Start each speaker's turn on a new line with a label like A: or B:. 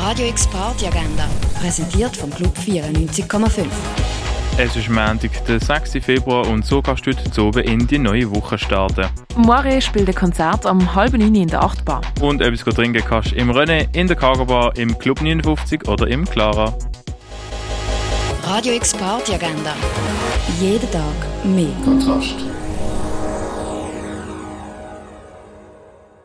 A: Radio X Party Agenda, präsentiert vom Club 94,5.
B: Es ist Montag, der 6. Februar und so kannst du heute zu oben in die neue Woche starten.
C: Morgen spielt ein Konzert am halben 9 in der Achtbar.
B: Und etwas trinken kannst du im René, in der Cargo Bar, im Club 59 oder im Clara.
A: Radio X Party Agenda. Jeden Tag mehr.
D: Kontrast.